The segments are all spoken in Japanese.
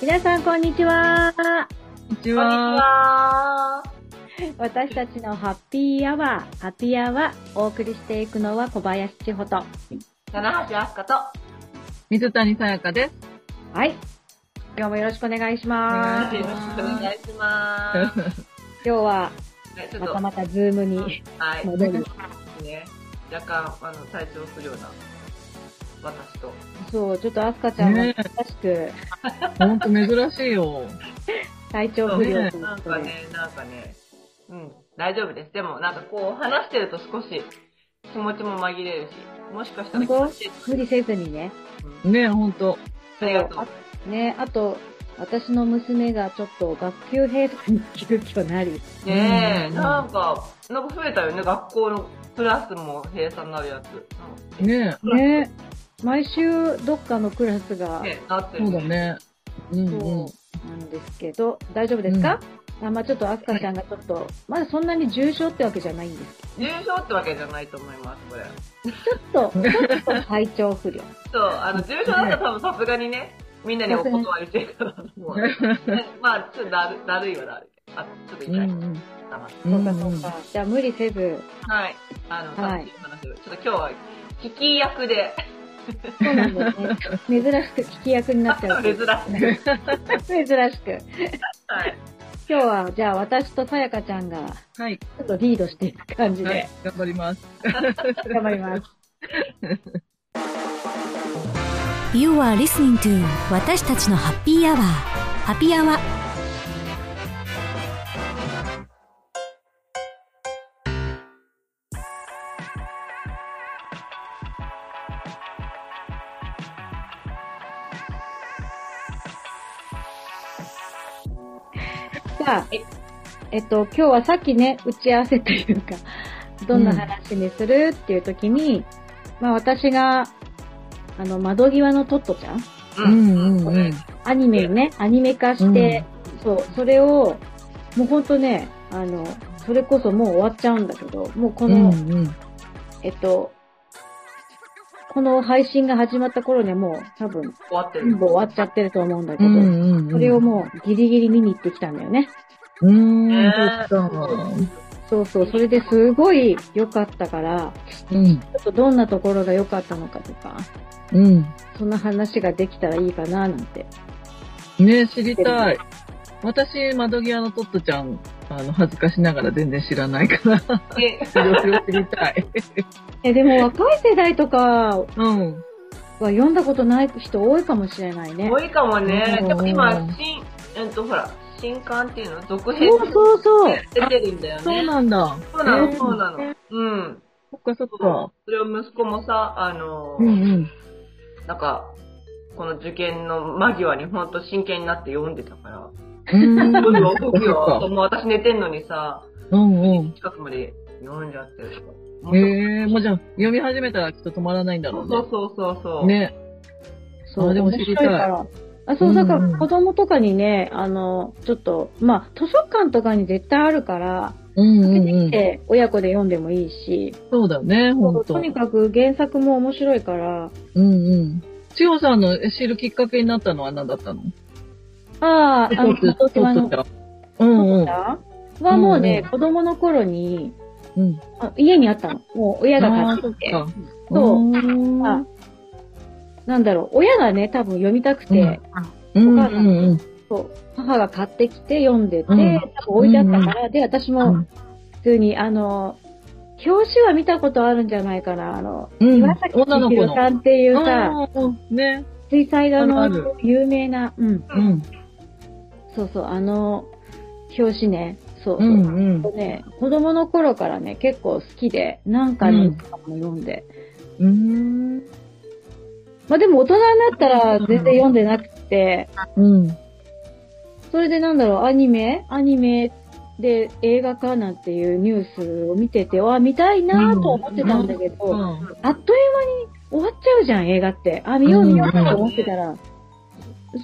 皆さん、こんにちは。ここんんにちにちは。は。私たちのハッピーアワー、ハッピーアワー、お送りしていくのは小林千穂と。七橋あすかと。水谷さやかです。はい。今日もよろしくお願いします。お願よいしろましすくお願いします。今日は、ねちょまっと、たはまたズームにい。戻る。ね、若干、あの、体調不良な、私と。そう、ちょっとアスカちゃんがね珍しくほんと珍しいよ。体調不良というなんことかで。ね、なんかね、うん、大丈夫です。でも、なんかこう、話してると少し、気持ちも紛れるし、もしかしたら気持ちいい、無理せずにね。うんねえ、ほんと。ありがとう。ね、あと、私の娘がちょっと学級閉鎖に急遽なり、ねうえ、んなんか、なんか増えたよね、学校のクラスも閉鎖になるやつ。うんねね、毎週どっかのクラスが、ねなってえ、る。そうだね。うんうん。そうなんですけど、大丈夫ですか、あまあちょっとアスカちゃんがちょっと、まだそんなに重症ってわけじゃないんですけ重症ってわけじゃないと思います、これ。ど、 ちょっと、ちょっと体調不良。そう、あの、重症だったら多分さすがにね、みんなにお断りしてるからと思う。 まあ、ちょっとだる、だるいはだるい。あ、ちょっとうんう痛い。ん。黙ってうんそうかそうか。じゃあ無理せず、はい。あの、はさっいきの話を、ちょっと今日は、聞き役で、そうなんですね。珍しく聞き役になっちゃう。珍し珍い。しく。はい。今日は、じゃあ私とさやかちゃんが、はい。ちょっとリードしていく感じはでい、頑張ります。頑張ります。 You are listening to 私たちのハッピーアワー。ハッピーアワー。じゃあい、えっと、今日はさっきね、打ち合わせというか、どんな話にするっていう時に、まあ私が、あの、窓際のトットちゃんううんうんううんん。アニメをね、アニメ化して、そう、それを、もうほんとね、あの、それこそもう終わっちゃうんだけど、もうこうの、んうん。えっと、この配信が始まった頃にはもう多分終わってる全。部終わっちゃってると思うんだけうど、んうん。それをもうギリギリ見に行ってきたんだよね。う、うん、ねえそっか。そうそう、それですごい良かったから、うん。ちょっとどんなところが良かったのかとか、うん。そんな話ができたらいいかななんて。ねえ、知りたい。私、窓際のトットちゃん、あの、恥ずかしながら全然知らないから、 でそれを知りたい。え、でも若い世代とかはうん。読んだことない人多いかもしれないね。多いかもね。うんでも今、新、えっと、ほら、新刊っていうの続編そうそうそう。出てるんだよそうね。なんだ。そうなえの、ーそうなの。うん。そっかそっか。それを息子もさ、あのう、んなんか、この受験の間際にほんと真剣になって読んでたから。うん。うん。僕よ、そっか僕よ。そっかもう私寝てんのにさ、うんうん。近くまで読んじゃってるとか。ええもうじゃあ、読み始めたらきっと止まらないんだそろうそううそうそうそう。ね。。ね。そう、あでも面知白りいたいから。あ、そう、だかうんうらん子供とかにね、あの、ちょっと、まあ、図書館とかに絶対あるから、うんうんう見ん。て親子で読んでもいいし、そうだね、ほんとと。うんにかく原作も面白いから、うん。千代さんの知るきっかけになったのは何だったのああ、あの、トットトち島ゃん。のトットちゃん。うんうん。はもうね、子供の頃に、うんあ家にあったの。もう親が買ってきて。あーそうそっか。うんあなんだろう、親がね、多分読みたくて、うんうんうんうん。そう母が買ってきて読んでて、う多ん分置いてあったから、で、私うもん普通に、あの、表紙は見たことあるんじゃないかな。あの、うん岩崎千女の子の尋さんっていうさ、うんね。水彩画あるの有名な、うん、うん。そうそう、あの、表紙ね、そううそう。んうん。ね、子供の頃からね、結構好きで、何回もいくつかも読んで。うーん。まあでも大人になったら全然読んでなくて、うん。それでなんだろう、アニメアニメで映画化なんていうニュースを見てて、わあ、見たいなと思ってたんだけど、うんあっという間に終わっちゃうじゃん、映画って。あ、見よう見ようと思ってたら。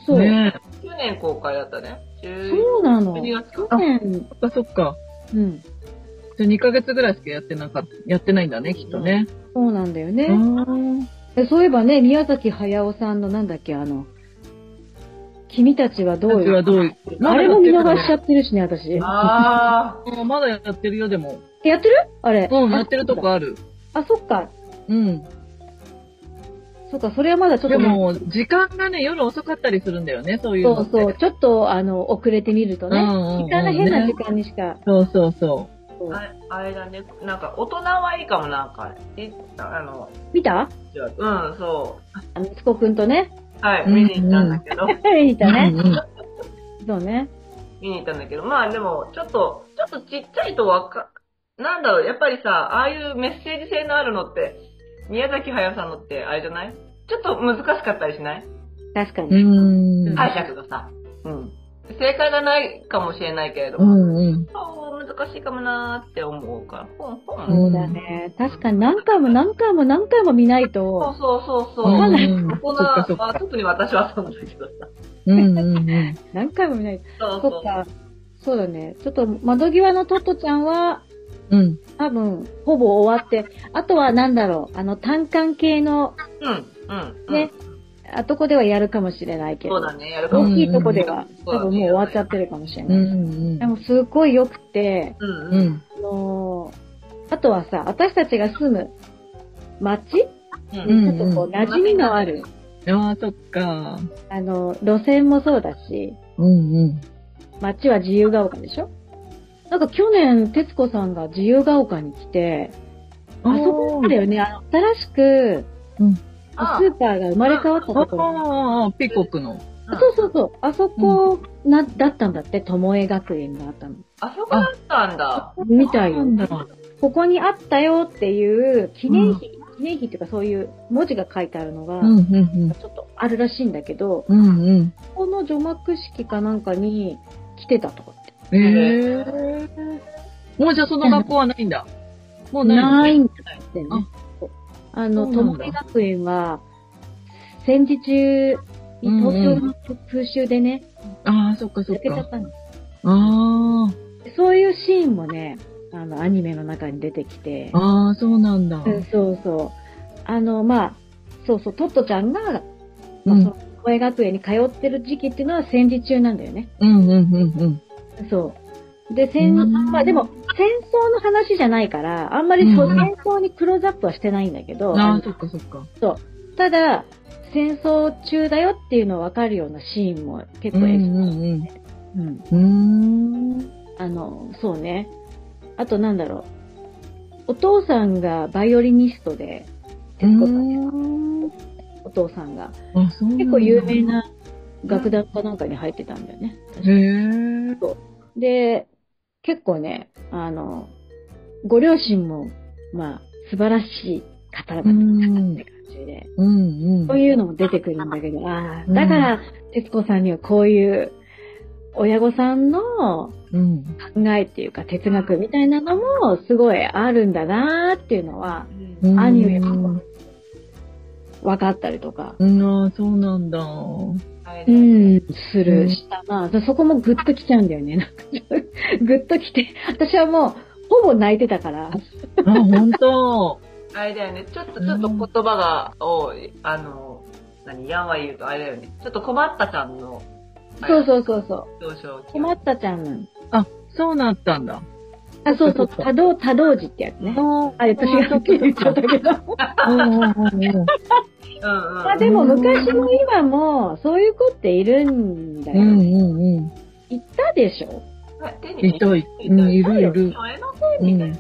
そう、ねえ。去年公開だったね。10そうなの。 12月去か。年、そっかそっか。うん、じゃあ2ヶ月ぐらいしかやってなかった、やってないんだね、きっとね。そうなんだようね。ん。でそういえばね、宮崎駿さんのなんだっけ、あの、君たちはどう私はよ。どうあれも見逃しちゃゃってるしね、私。あう。まだやってるよ、でも。えやってるあれ。うん、やってるとこある。あ、そっか。うん。そっか、それはまだちょっでと。も、時間がね、夜遅かったりするんだよね、そういうそのっうて。そう、ちょっと、あの、遅れてみるとね。うんうんうん時間が変な時間にしか。そうそうそそうーああれだね。なんか、大人はいいかも、なんか。いあの、見たじゃあうん、そあの息子くんとね。う。はうい、ん見に行ったんだけど。見う。たね。うんうんそうね。見に行ったんだけど。まあでも、ちょっと、ちょっとちっちゃいとわか、なんだろう、やっぱりさ、ああいうメッセージ性のあるのって、宮崎駿さんのって、あれじゃないちょっと難しかったりしない確かうに。ん。解釈がさ。うん。正解がないかもしれないけれどうも、んうん。そう難しいかもなーって思うから。ほんほんそうだね。確かに何回も何回も何回も見ないと、そうそうそうそう。うんうん大人そっかそっはか、特に私はそうなんだけどさ。うんうんうん。何回も見ない。そうそそっう。か。そうだね。ちょっと、窓際のトットちゃんは、うん。多分、ほぼ終わって、あとはなんだろう、あの、単管系の、うん、うん。うんね。、あとこではやるかもしれないけそうど、だね、やるかも大きいとこでは、うん多分もう終わっちゃってるかもしれうない。んでも、すごい良くて、うん、ううん。ん。あのーあとはさ、私たちが住む町うにん。ちょっとこう、馴染みのある、ああ、そっか。あの、路線もそうだし、うんうん。町は自由が丘でしょなんか去年、徹子さんが自由が丘に来て、あそこだよね、あの、新しく、うんスーパーが生まれ変わったあところ。ああ、ピーコックの。あそうそうそう、あそこな、だったんだって、ともえ学園があったの。あそこだったんだ。みたいなよん。だ。ここにあったよっていう記念碑、記念碑っていうかそういう文字が書いてあるのが、うんうんちょっとあるらしいんだけど、うん。うんここの除幕式かなんかに来てたとかって。うん。ええ。もうじゃあその学校はないん だ。もうない。んだってね。あの、そうな友んだ部学園は、戦時中に東京の空襲でね、ああ、そっかそっ焼けちゃかっ。たんであす。そういうシーンもね、あの、アニメの中に出てきてあ、、ああ、そうなんだ。うんそうそう。あの、まあ、そうそう、トットちゃんが、うまあ、そんの、萌え学園に通ってる時期っていうのは戦時中なんだよね。うんうんうんそう。で、戦、うんまあでも、戦争の話じゃないから、あんまりそううん戦争にクローズアップはしてないんだけうど、ん。ああ、そっかそっか。ただ、戦争中だよっていうのを分かるようなシーンも結うん構うエキスんうん。うん。うーん。あの、そうね。あとなんだろう。お父さんがバイオリニストで、徹子さんねお父さんが。あ、そうなんだ。結構有名な楽団かなんかに入ってたんだよね。へえ。で、結構ね、あの、ご両親も、まあ、素晴らしい方々だったって感じで、うんうん。そういうのも出てくるんだけど、ああ、うんだから、徹子さんにはこういう、親御さんのうん。考えっていうか哲学みたいなのもすごいあるんだなーっていうのはうんうん兄上も分かったりとか、うん、ああ、そうなんだ。あれうだねん、すうる、んしたな。そこもグッときちゃうんだよね。なんかちょっとグッときて、私はもう、ほぼ泣いてたから。あ、本当。あれだよね、ちょっと、ちょっと言葉が、を、あの、何、やんわり言うとあれだよね。ちょっと困ったちゃんの、そうそうそうそう。う。表彰困ったちゃん。そうなったんだ。あ、そうそう、そうそう多動、多動児ってやつね。そう。あれ、私がっ言っちゃったけど。 うんうんうんうん。うんうん。 まあでも、昔も今も、そういう子っているんだうよ。んいうんうん。たでしょ手にいたい、うん、いるいる。あれのうせいみんたいな。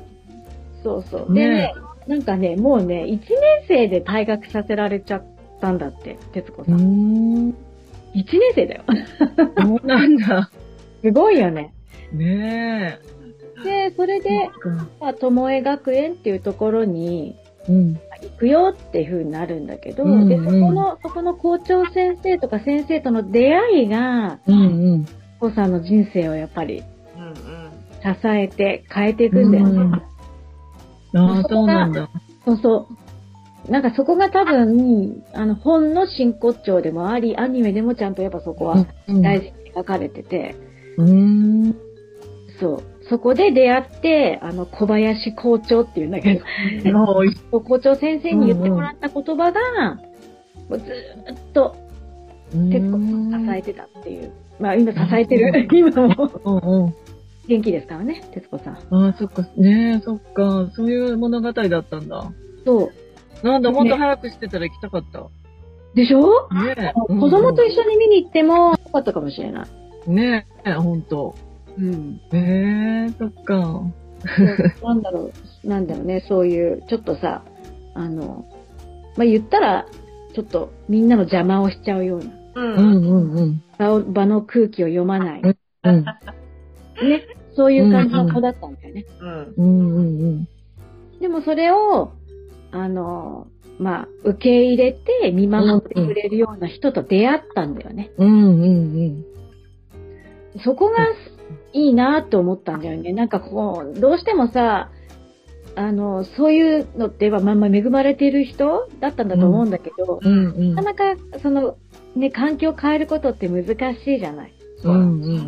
そうそう。でねね、なんかね、もうね、1年生で退学させられちゃったんだって、徹子うさーん。1ん。年生だよ。そうなんだ。 すごいよね。ねで、それえ。で、まあ、ともえ学園っていうところにうん。行くよっていう風になるんだけど、うんうんで、そこの、そこの校長先生とか先生との出会いが、うんうん。子さんの人生をやっぱりうんうん。支えて変えていくんだようんね。ああ、そうなんだ。そうそう。なんかそこが多分、あの、本の真骨頂でもあり、アニメでもちゃんとやっぱそこはうん大事に描かれてて、うーん。そう。そこで出会って、あの、小林校長っていうんだけど、もう、校長先生に言ってもらった言葉が、もうずーっと結構支えてたっていう。まあ今支えてる。今もうんうん。元気ですからね、徹子さん。ああ、そっか、ねえ、そっか、そういう物語だったんだ。そう。なんだ、ねほんと早くしてたら行きたかった。でしょねえ。うん子供と一緒に見に行ってもよかったかもしれない。ねえ、ほんと。うん。ええ、そっか。 なんだろう、なんだろうね、そういう、ちょっとさ、あの、まあ言ったら、ちょっとみんなの邪魔をしちゃうような、うんう。んうんうん。場を場の空気を読まない、うね、うんそういう感じの子だったんだよね。うん。うんうんでもそれを、あの、まあ、受け入れて見守ってくれるような人と出会ったんだよね。うん。うんうんそこがいいなと思ったんだよね。なんかこう、どうしてもさ、あの、そういうのって、まあまあ恵まれている人だったんだと思うんだけど、うん。うんなかなか、その、ね、環境を変えることって難しいじゃない。うん。うんうんう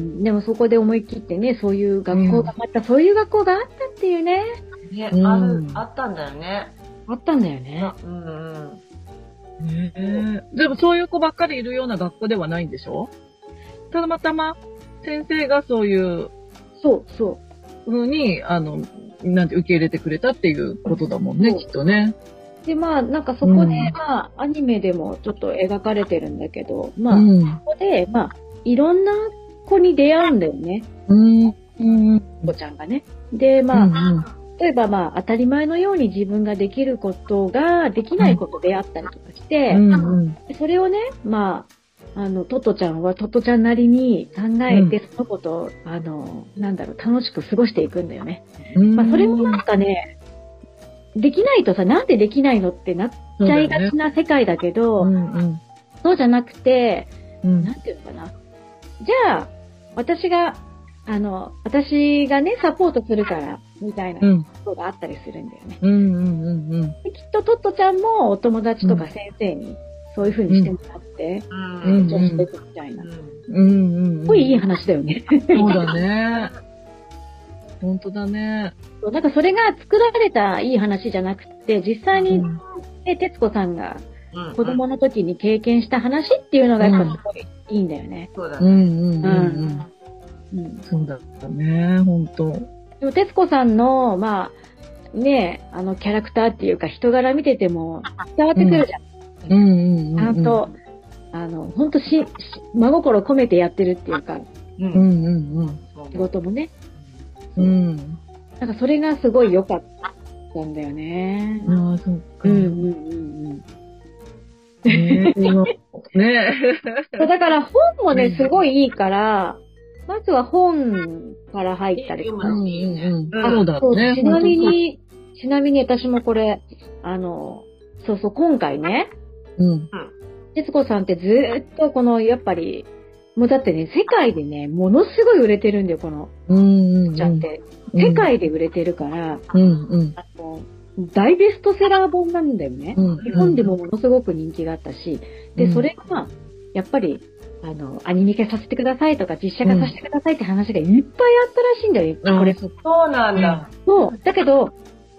ん。でもそこで思い切ってね、そういう学校が、またそういう学校があったっていうね、ね、うんある、あったんだよね。あったんだよね。うんうん。ねえでもそういう子ばっかりいるような学校ではないんでしょたまたま先生がそういうそうそう。風に、あの、なんて受け入れてくれたっていうことだもんね、そうきっとね。で、まあ、なんかそこで、うんまあ、アニメでもちょっと描かれてるんだけど、うまあ、ん。ここで、まあ、いろんな子に出会うんだよね、うん。うん。子ちゃんがね。で、まあ、うん例えばまあ、当たり前のように自分ができることができないことであったりとかして、うん。それをね、まあ、あの、トットちゃんはトットちゃんなりに考えて、そのことを、あの、なんだろう、楽しく過ごしていくんだよね。うん。まあ、それもなんかね、できないとさ、なんでできないのってなっそうちゃだよいねがちな世界だけど、うんうんそうじゃなくて、うんなんていうのかな。じゃあ、私が、あの、私がね、サポートするから、みたいなうことんがあったりするんだよね。うんうんうんできっとトットちゃんもお友達とか先生に、そういう風にしてもらって、う。うんん成長していくみたいな。すうんうんうんごいいい話だよね。 そうだね。本当だね。そうなんかそれが作られたいい話じゃなくて、実際に、ね、徹子さんがうん子供の時に経験した話っていうのがやっぱすごいいいんだよね。そうだうね。んうんうんうん。うん。そうだったね、本当。でも、徹子さんの、まあ、ねえ、あの、キャラクターっていうか、人柄見てても伝わってくるじゃん。うんうんうんうん。ちゃんと、あの、ほんとし、し真心込めてやってるっていうか、う。うんんうんうん。そう仕事もね。うん。なんか、それがすごい良かったんだよね。ああ、そっか。うん、うねん、うん、うん。え、今ねそうだから、本もうねん、すごいいいから、まずは本から入ったりとえ。うかん。うんうん。そうだそうね。ちなみに、ちなみに私もこれ、あの、そうそう、今回ね、うん。徹子さんってずーっとこの、やっぱり、もうだってね、世界でね、ものすごい売れてるんだよ、この、うんうん。ちゃんっ。て。うん世界で売れてるから、うんうん。あの、大ベストセラー本なんだよね。うん。日本でもものすごく人気があったし、うんで、それが、やっぱり、あの、アニメ化させてくださいとか、実写化させてくださいって話がいっぱいあったらしいんだよ、あー、これ。そっか。 そうなんだ。そう。だけど、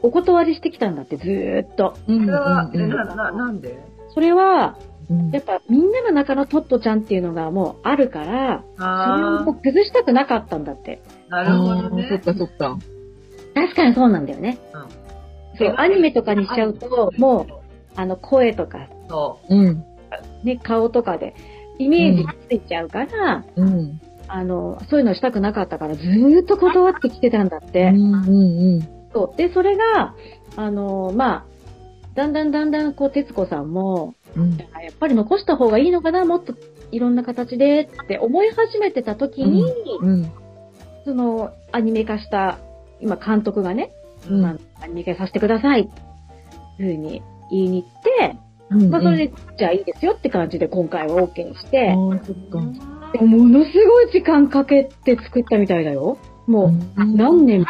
お断りしてきたんだって、ずーっと。うんうそんれは、えうんな、な、なんでそれは、うんやっぱみんなの中のトットちゃんっていうのがもうあるから、それをあもう崩したくなかったんだって。あ、なるほあどあ、そっね。かそっか。確かにそうなんだよね。そう、アニメとかにしちゃうと、もう、あの、声とか、う、そうん。ね、顔とかで、イメージがついちゃうから、うん。あの、そういうのしたくなかったから、ずーっと断ってきてたんだっうて。んうんうん。そう。で、それが、あの、まあ、だんだんだんだん、こう、徹子さんも、うんやっぱり残した方がいいのかな、もっといろんな形でって思い始めてた時に、うん。その、アニメ化した、今、監督がね、う。うんまあ、アニメ化させてください、ふうに言いに行って、うん。まあ、それで、じゃあいいですよって感じで今回は OK しあて、あ、そっか。でもものすごい時間かけて作ったみたいだよ。もうう、ん何年も、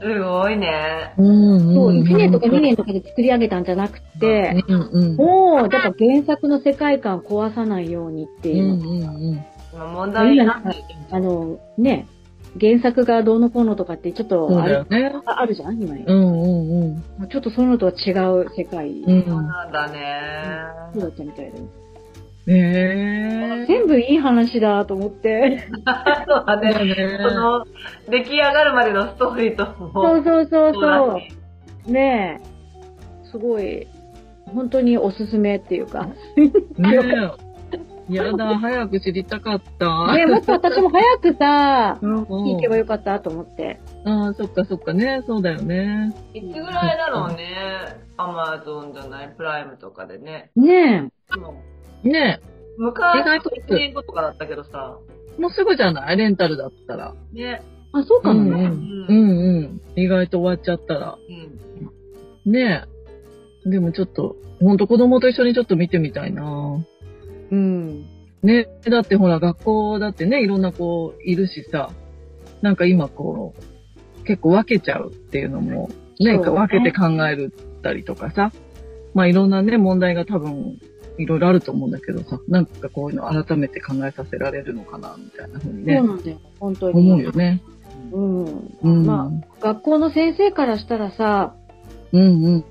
すごいね。うん。そう、ん1年とか2年とかで作り上げたんじゃなくて、うんうん。もう、だから原作の世界観壊さないようにってういんう、うんうん。まあ問題なんで。あの、ね、原作がどうのこうのとかってちょっそうとあだよる、ね。ああるじゃん今、うんうんうん。ちょっとそういうのとは違う世界、う。そうんなんだそうね。だったみたいだよ。ねえ。全部いい話だと思って。そうだね。ねその、出来上がるまでのストーリーとそもう そうそうそだうし。ねえ。すごい、本当におすすめっていうか。ねえ。やだ、早く知りたかった。ねえもっと私も早くさ、うん聞けばよかったと思って。ああ、そっかそっかね、そうだよね。いつぐらいだろうね。アマゾンじゃない、プライムとかでね。ねでもね昔意外と、 1年後とかだったけどさ。え、もうすぐじゃないレンタルだったら。ね。え。あ、そうかもうね。んうん。意外と終わっちゃったら。うん。ねえ。でもちょっと、ほんと子供と一緒にちょっと見てみたいなうん。ねえ、だってほら、学校だってね、いろんな子いるしさ、なんか今こう、結構分けちゃうっていうのも、ね、そうね分けて考えるったりとかさ、まあいろんなね、問題が多分、いろいろあると思うんだけどさ、なんかこういうの改めて考えさせられるのかな、みたいなふうにねそう、なんだよ。本当に。思うよね。うん。うん。ま学校の先生からしたらさ、うんうんうん。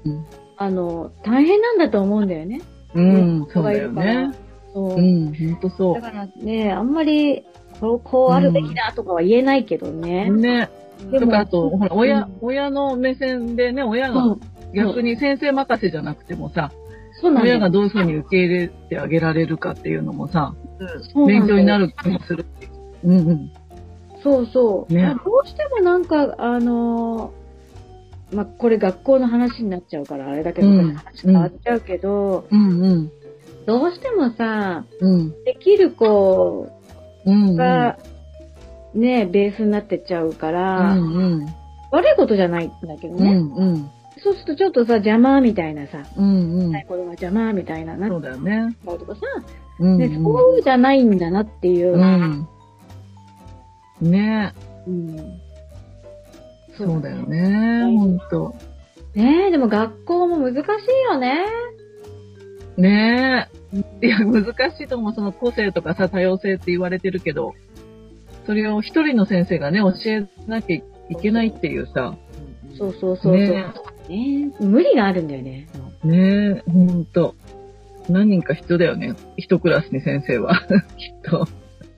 あの、大変なんだと思うんだよね。うん、子そうがだいよるからね。。そうう。ん、ほんとそだからね、あんまり、こう、こうあるべきだとかは言えないけどね。う。ね。でともか、あと、ほら、親、うん親の目線でね、親うがん逆に先生任せじゃなくてもさ、そうなんだ親がよ。どういうふうに受け入れてあげられるかっていうのもさ、うん。そうな勉んだ強よになる気もするし。うんうん。そうそう。ねどうしてもなんか、あのーまあ、これ学校の話になっちゃうから、あれだけど、うん話変わっちゃうけど、うんうん。どうしてもさ、うん。できる子うん。が、ね、ベースになってっちゃうかうら、んうん。悪いことじゃないんだけどうね。んうん。そうするとちょっとさ、邪魔みたいなさ、うんうん。子供が邪魔みたいななそっうだよね。ちゃうとかさ、うんね、そうじゃないんだなっていうう。ん。うん。ねうんそうだよ。ね。ほんと。ねえ、でも学校も難しいよね。ねえ。いや、難しいと思う。その個性とかさ、多様性って言われてるけど、それを一人の先生がね、教えなきゃいけないっていうさ、そうそうそうそう。ねね無理があるんだよね。ねえ、ほんと。何人か必要だよね。一クラスに先生は。 きっと。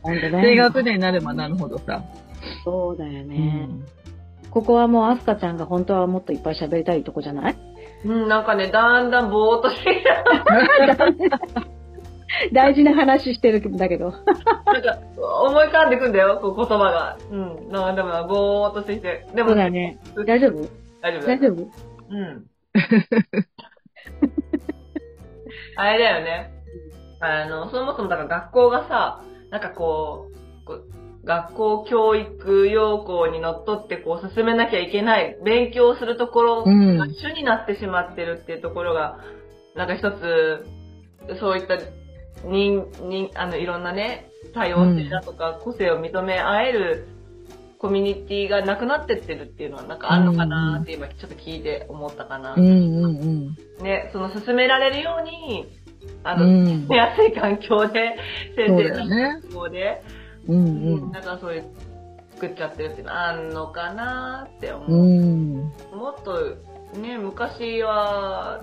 本当低 ね。学年になればなるほどさ。そうだようね。ん。ここはもうアスカちゃんが本当はもっといっぱい喋りたいとこじゃない うん、なんかね、だんだんぼーっとしてきた。大事な話してるんだけど。なんか、思い浮かんでくんだよ、こう言葉が。うん。なんでもな、ぼーっとしてきて。でそもう、だね。大丈夫大丈夫大丈夫うん。あれだよね。あの、そもそもだから学校がさ、なんかこう、こう学校教育要項にのっとってこう進めなきゃいけない、勉強するところうがん。主になってしまってるっていうところが、なんか一つ、そういった人、人、あの、いろんなね、多様性だとか個性を認め合えるコミュニティがなくなってってるっていうのはなんかあるのかなって今ちょっと聞いて思ったかな。うんうんね、その進められるように、あうの、ん。出やすい環境で、先そう生だよね。学校で、うんなんかそういう、作っちゃってるっていうのあんのかなって思ううん。。うん。もっと、ね、昔は、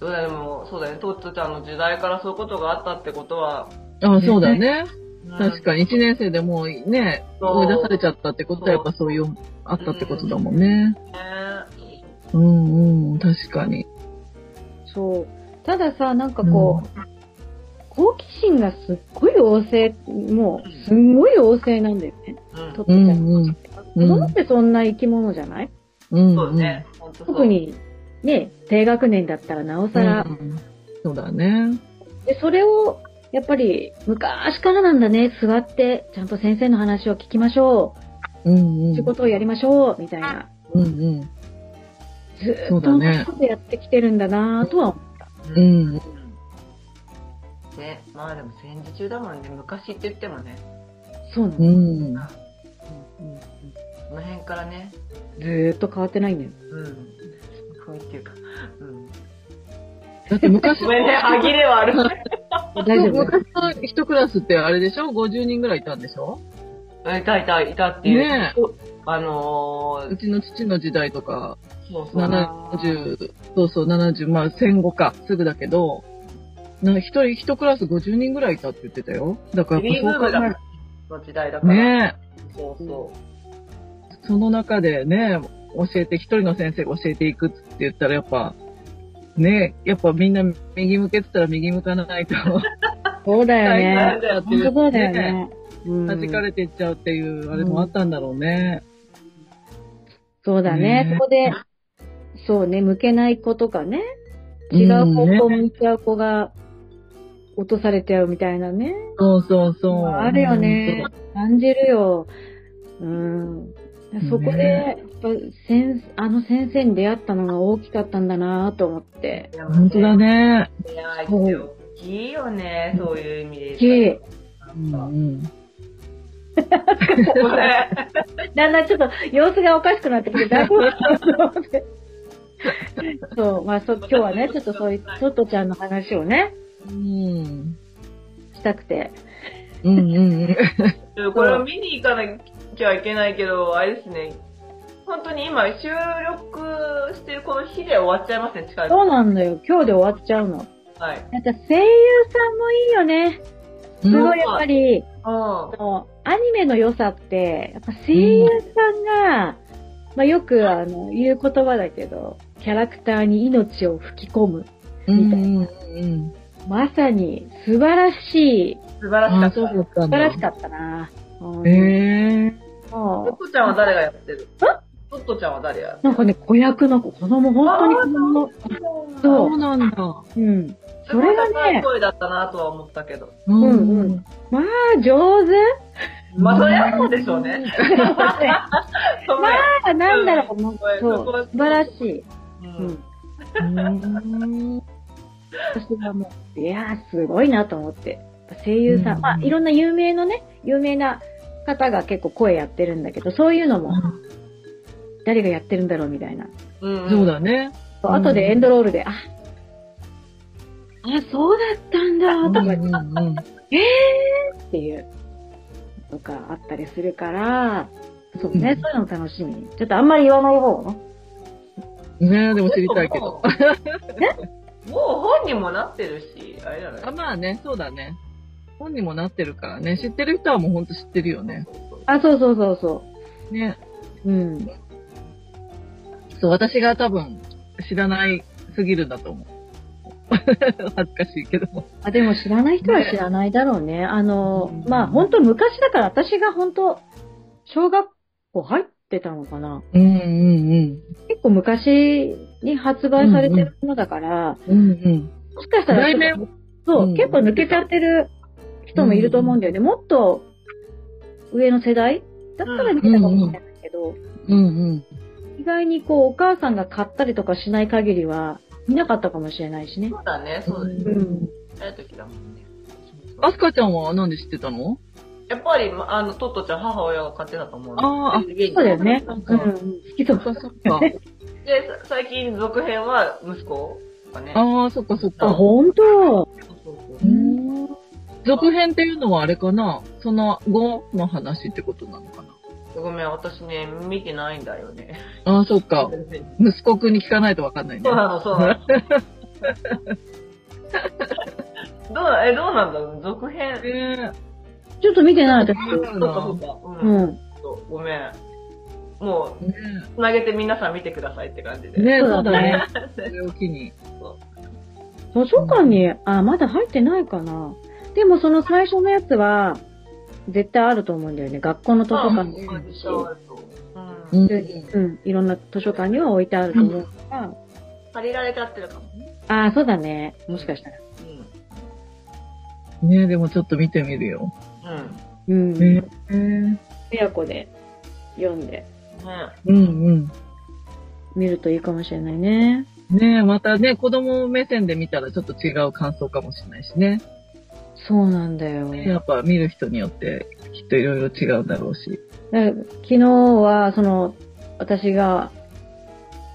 どうだ、でも、そうだね、トットちゃんの時代からそういうことがあったってことは、あ、そうだね。うん確かに、一年生でもうね、そう追い出されちゃったってことは、やっぱそういう、あったってことだもんね。ね。うんうん、確かに。そう。たださ、なんかこう、好奇心がすっごい旺盛、もう、すんごい旺盛なんだよね。うんとっうてんちゃん。うん。子供ってそんな生き物じゃないうん、そうね、ほんとそう。特に、ね、低学年だったらなおうさん。ら、そうだね。で、それを、やっぱり、昔からなんだね、座って、ちゃんと先生の話を聞きましょうんうう、ん。仕事をやりましょう、みたいな、うんうん。ずーっそうだねとずっとやってきてるんだなぁとは思ううん。ん。ね、まあでも戦時中だもんね、昔って言ってもね、う。そうなうの。ん。この辺からね、ずーっと変わってないんだよ。うん。雰囲気っていうか、うん。だっ て昔ごめんね、歯切れはある。大丈夫昔の一クラスってあれでしょ ?50 人ぐらいいたんでしょいたいた、いたっていう。ねあのえ。うー、ちの父の時代とか、そうそう。 70、そうそう、70、まあ戦後か、すぐだけど、な一人、一クラス50人ぐらいいたって言ってたよ。だからベビーブやっームだぱの時代だそかう考えら。ねそうそえ、その中でね、教えて、一人の先生が教えていくって言ったらやっぱ、ねえ、やっぱみんな右向けって言ったら右向かないと、そうだよう。ねね。だよ本当そうだよね。弾かうん、れていっちゃうっていう、あれもあったんだろうね。そうだね。ねそこで、そうね、向けない子とかね。違う方向向いちゃう子が落とされちゃうみたいなね。そうそうそう。あるよね。感じるよ。うん。そこで、やねっぱ先あの先生に出会ったのが大きかったんだなぁと思って。いや本当だ。ね。いや、大きいよね、そういう意味で。きうんうん そうね。だんだんちょっと様子がおかしくなってきて、大丈夫かと思って。 そう、まあそ、今日はね、ちょっとそういう、トトちゃんの話をね、うん。したくて。うんうんうん。これを見に行かなきゃいけないけど、あれですね。本当に今、収録してるこの日で終わっちゃいますね、近い。そうなんだよ、今日で終わっちゃうの。はい。うん。なんか声優さんもいいよね。 すごいやっぱり、あのアニメの良さって、やっぱ声優さんが、まあよくあの、言う言葉だけど、キャラクターに命を吹き込む。うんうんうん。まさに素晴らしい、素晴らしかあっそうた。だ素晴ったんだらしかったな。うんへえもトうットちゃんは誰がやってるトットちゃんは誰やなんかね、子役の子、子供、本当に子供、そうそうそうなんだ。うん。すごいそれが高ねい声だったなとは思ったけど。うんうん。まあ、上手 まあ、それはそうでしょうね。ま そんなあ、なんだろう、 もう、声そそこはう、素晴らしい。ううんん。うん。私はもう、いやー、すごいなと思って。声優さ、うんんまあ、いろんな有名のね、有名な方が結構声やってるんだけど、そういうのも、誰がやってるんだろうみたいな。うんそうだね。そう後でエンドロールで、あ、あ、そうだったんだ、とか言ってうんえーっていうとかあったりするから、そうね、うんそういうのも楽しみ。ちょっとあんまり言わない方ね。うんねえ、でも知りたいけもど。。う本人もなってるし、あれじゃないあまあね、そうだね。本にもなってるからね。知ってる人はもうほんと知ってるよね。あ、そうそうそうそね。う。うん。そう、私が多分知らないすぎるんだと思う。 恥ずかしいけど。あでも知らない人は知らないだろうね。あの、うんまあ本当昔だから私が本当小学校入ってたのかな。うんうん結構昔に発売されてるものだから、うん。うんうん。もしかしたらちょっと題名そう、うん結構抜けちゃってる人もいると思うんだよね。もっと上の世代だったら見てたかもしれないけど、うんうん。意外にこう、お母さんが買ったりとかしない限りは、見なかったかもしれないしね。そうだね、そうだね。ん。早い時だもんね。アスカちゃんはなんで知ってた のやっぱり、まあの、トットちゃん母親が買ってたと思うの。ああ、そうそうだよね。うなんん。か好きそそっう。かそっか。で、さ最近続編は息子がね。ああ、そっかそっあ、か。ほんとそうそうそうう。ん続編っていうのはあれかなその後の話ってことなのかなごめん、私ね、見てないんだよね。ああ、そっか。そ息子くんに聞かないとわかんないねう。なの、そうなの。どう、え、どうなんだろう続編。えーちょっと見てない、私。そうなそんうだか、そうか。ううん。ん。そうごめん。もねう、つなげて皆さん見てくださいって感じで。ねそうそうだだねね。それを機に。図書館に、あ、まだ入ってないかな。でもその最初のやつは、絶対あると思うんだよね。学校の図書館にもあるし。うん。んうん、いろんな図書館には置いてあると思うから、借りられちゃってるかもね。ああ、そうだね。もしかしたら。うん。ねでもちょっと見てみるよ。ううん。ん。ねえー親子で読んでねうん見るといいかもしれないね。うん。ねまたね、子供目線で見たらちょっと違う感想かもしれないしね。そうなんだよ。やっぱ見る人によってきっといろいろ違うんだろうし。だから昨日は、その、私が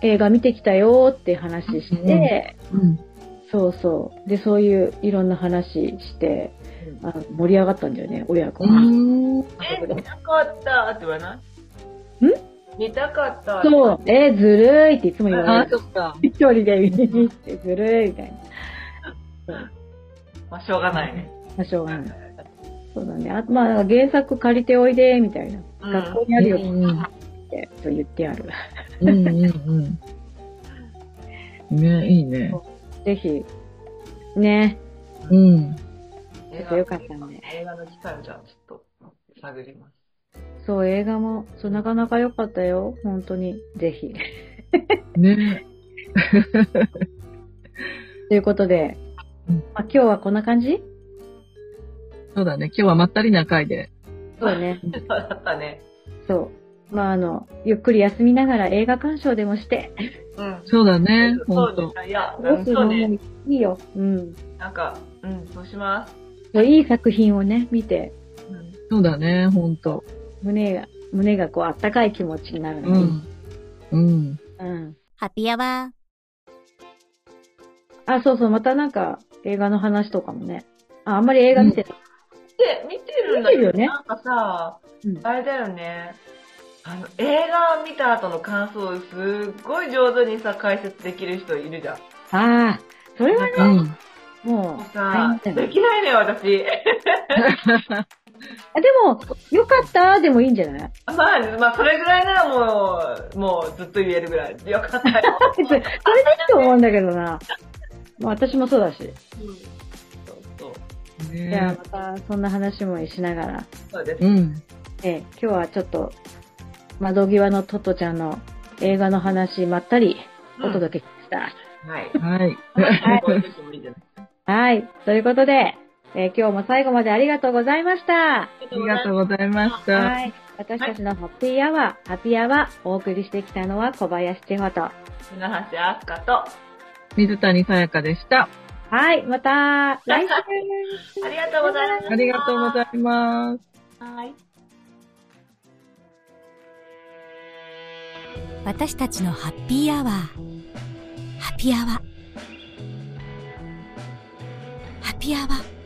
映画見てきたよって話して、うん。そうそう。で、そういういろんな話して、あうの盛り上がったんだよね、親子うが。ん。え、見たかったって言わないん見たかったってそう、えーずるいっていつも言われあるあ、。そっか。一人で見に行ってずるいみたいな。まあ、しょうがないね。まあ、しょうがない。そうだね。あと、まあ、原作借りておいで、みたいな。うん。学校にあるよっうんて、そう言ってある。うんうんうん。ねいいね。ぜひ、ね、うん。ちょっとよかったんで。映画の機会をじゃあちょっと探ります。そう、映画も、そう、なかなか良かったよ。本当に。ぜひ。ねということでうん、まあ、今日はこんな感じそうだね。今日はまったりな回で。そうね。 そうだったね。そう。まあ、あの、ゆっくり休みながら映画鑑賞でもして。うん。そうだね。そほんうでと。すね。いや、どう、うんするそうのね。もいいよ。うん。なんか、うん、そうします。そういい作品をね、見て、うん。そうだね。ほんと。胸が、胸がこう、あったかい気持ちになるうのん。うん。うん。ハッピーアワー。あ、そうそう、またなんか、映画の話とかもね。あ、あんまり映画見てない。で、見てるんだけ見ど、てるよねなんかさ、うんあれだよね。あの、映画見た後の感想をすっごい上手にさ、解説できる人いるじゃん。ああ、それはね、うん。もう、さ、大変だでよきないね、私。あ、でも、よかったでもいいんじゃないまあ、まあ、 それぐらいならもう、もうずっと言えるぐらい。よかったよ。別にそれでいいと思うんだけどな。まあ私もそうだし。 うんそうそう。じゃあねまたそんな話もしながら、そうです。うん。ええ今日はちょっと窓際のトトちゃんの映画の話まったりおうん届けしました。はい。はい。はい。こういう時もいいじゃないはい。ということで、えー今日も最後までありがとうございました。あり ありがとうございました。はい。私たちのハッピーアワー、ハピアワー、お送りしてきたのは小林千穂と。船橋あすかと、あ水谷さやかでした。はい。また、来週りがとうございます。ありがとうございます。はい。私たちのハッピーアワー。ハッピーアワー。ハッピーアワー。